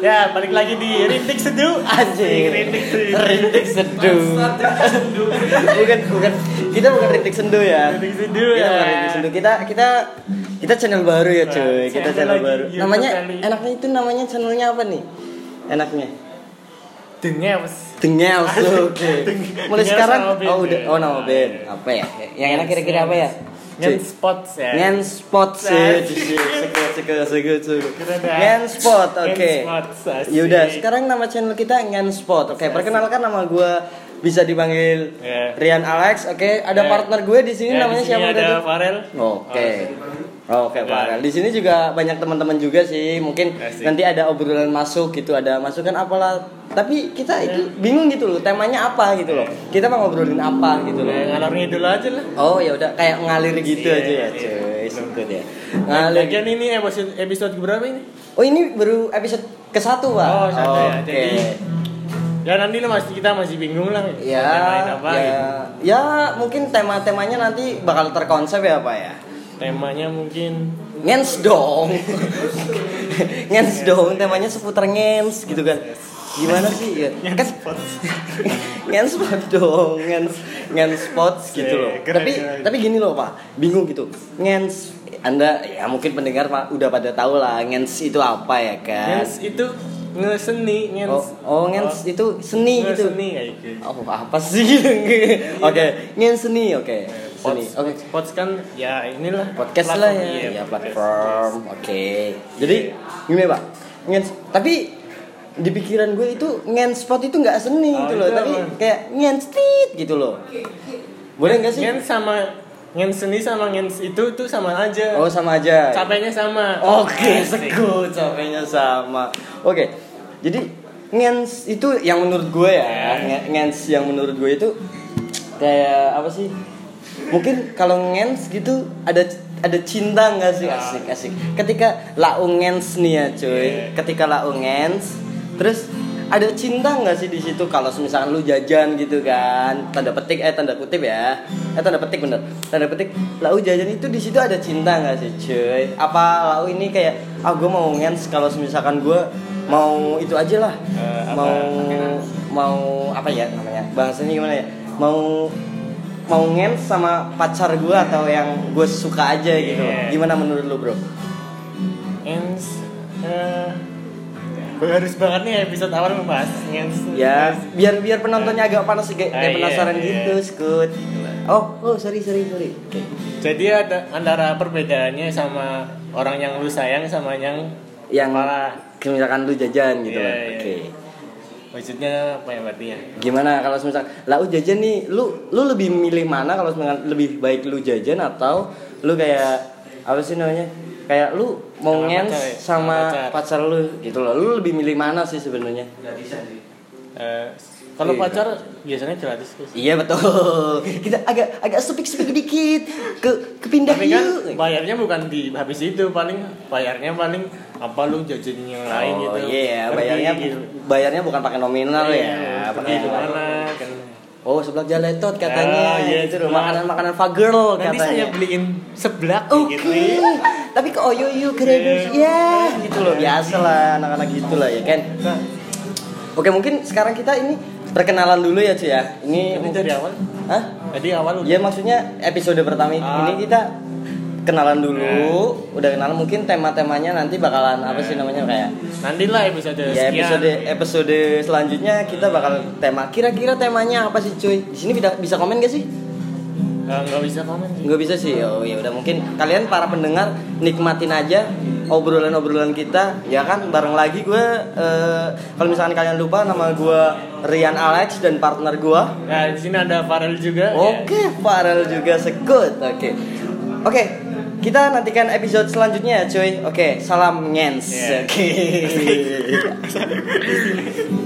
Ya, balik lagi di Rintik Seduh Anjing Rintik Seduh Rintik seduh. bukan bukan kita bukan rintik sendu ya. Rintik Seduh Kita ya bukan rintik sendu. Kita kita kita channel baru ya cuy. Wah, Kita channel channel lagi, baru. YouTube Namanya kali. enaknya itu namanya channelnya apa nih? Enaknya. Dengeus Dengels loh. Oke. Deng- Mulai Dengels sekarang sama band oh udah ya. oh nama band apa ya? Yang enak kira-kira apa ya? Cuy. Ngen spots ya Ngen spot Asik. sih, seger seger seger seger. Keren ya. Ngen spot, oke. spots, asik. Yaudah, sekarang nama channel kita Ngan Spot. Oke, perkenalkan nama gue bisa dipanggil Ya. Rian Alex. Oke, Ya. ada partner gue di sini Ya, namanya di sini siapa ada tadi? Farel Ya. Oke. Oke, Ada. Farel. Di sini juga banyak teman-teman juga sih. Mungkin Asik. nanti ada obrolan masuk gitu, ada masukan apalah. Tapi kita itu Ya. bingung gitu loh, temanya apa gitu loh. Kita mau ngobrolin apa gitu Oh, loh. ya, ngalor ngidul aja lah Oh, ya udah kayak ngalir gitu Iya, aja ya, iya. cuy. Sikut ya. Ngalir. Lagian ini episode, episode berapa ini? Oh, ini baru episode ke satu, Pak. Oh, satu ya. Oke. Jadi, Ya nanti lah masih kita masih bingung lah Ya, main apa ya, gitu. ya mungkin tema-temanya nanti bakal terkonsep ya pak ya. Temanya mungkin Ngens dong, ngens dong. Temanya seputar ngens gitu kan. Gimana sih? Ya? Ngen Kan- ngens spot dong, ngens ngens spot gitu Oke, loh. Iya, keren, tapi keren. tapi gini loh pak, bingung gitu. Ngens, anda ya mungkin pendengar pak udah pada tahu lah ngens itu apa ya kan? Ngens itu ngeseni ngens. Oh, oh ngens itu seni ngeseni gitu. Seni kayak gitu. Oh, apa sih? Oke, ngens seni, oke. Iya, Seni. Pots, Oke. pots kan ya inilah podcast lah ya, platform, iya, ya platform. Oke. Jadi gimana pak? Ngen, tapi di pikiran gue itu ngen spot itu nggak seni Oh, gitu loh, itu tapi apa? kayak ngen street gitu loh. Boleh nggak sih? Ngens sama ngens seni sama ngens itu itu sama aja. Oh sama aja. Capeknya sama. Oke, Asik. sego capeknya sama. Oke. Jadi ngens itu yang menurut gue ya, nge- ngens yang menurut gue itu kayak apa sih? Mungkin kalau ngens gitu ada ada cinta nggak sih Ya. asik asik. Ketika laung ngens nih ya cuy, Iya. ketika laung ngens, terus ada cinta nggak sih di situ kalau misalkan lu jajan gitu kan tanda petik eh tanda kutip ya eh tanda petik bener tanda petik lau jajan itu di situ ada cinta nggak sih cuy apa lau ini kayak ah gue mau ngens kalau misalkan gue mau itu aja lah Eh, apa? mau mau apa ya namanya bahasanya gimana ya mau mau ngens sama pacar gue atau yang gue suka aja gitu Iya. gimana menurut lu bro Ngens. eh, gue harus banget nih episode awal membahas ngens. ya biar biar penontonnya agak panas kayak, Ah, kayak iya, penasaran iya. gitu skut oh oh sorry sorry sorry Oke. Jadi ada antara perbedaannya sama orang yang lu sayang sama yang yang Parah. misalkan lu jajan gitu Iya, kan iya. oke maksudnya apa ya berarti ya? gimana kalau misalkan lah lu jajan nih lu lu lebih milih mana kalau misalkan lebih baik lu jajan atau lu kayak apa sih namanya kayak lu mau Sama ngens pacar ya? sama Sama pacar lu gitu loh lu lebih milih mana sih sebenarnya Eh, kalau Iya. pacar biasanya gratis Gus. iya betul kita agak agak sepik sepik dikit ke kepindah Tapi kan yuk. bayarnya bukan di habis itu paling bayarnya paling apa lu jajan yang lain oh, gitu. Iya, ya, Ngerti bayarnya gitu. bayarnya bukan pakai nominal Iya, ya, pergi pakai kemana kan. Oh, sebelah Jaletot Oh, katanya. iya, gitu loh, sebelah. makanan-makanan fagirl Nanti saya katanya. beliin seblak Oke. gitu. ya. Tapi ke Oyoyo kredit ya iya. gitu loh biasa lah anak-anak gitu lah ya kan. Nah, Oke, mungkin sekarang kita ini perkenalan dulu ya, cuy ya. Ini jadi dari awal. Hah? Tadi awal udah. Ya maksudnya episode pertama ini, Ah. ini kita kenalan dulu, udah kenalan mungkin tema-temanya nanti bakalan apa sih namanya kayak Nantilah Iya. episode Ya sekian. episode episode selanjutnya kita bakal tema. Kira-kira temanya apa sih cuy? Di sini bisa bisa komen gak sih? Eh, nggak bisa komen sih. Nggak bisa sih. Oh ya udah mungkin kalian para pendengar nikmatin aja obrolan-obrolan kita ya kan bareng lagi gue eh, kalau misalkan kalian lupa nama gue Rian Alex dan partner gue Nah, di sini ada Farel juga. Ya. oke Farel juga sekut oke oke kita nantikan episode selanjutnya ya cuy oke salam ngens Ya. oke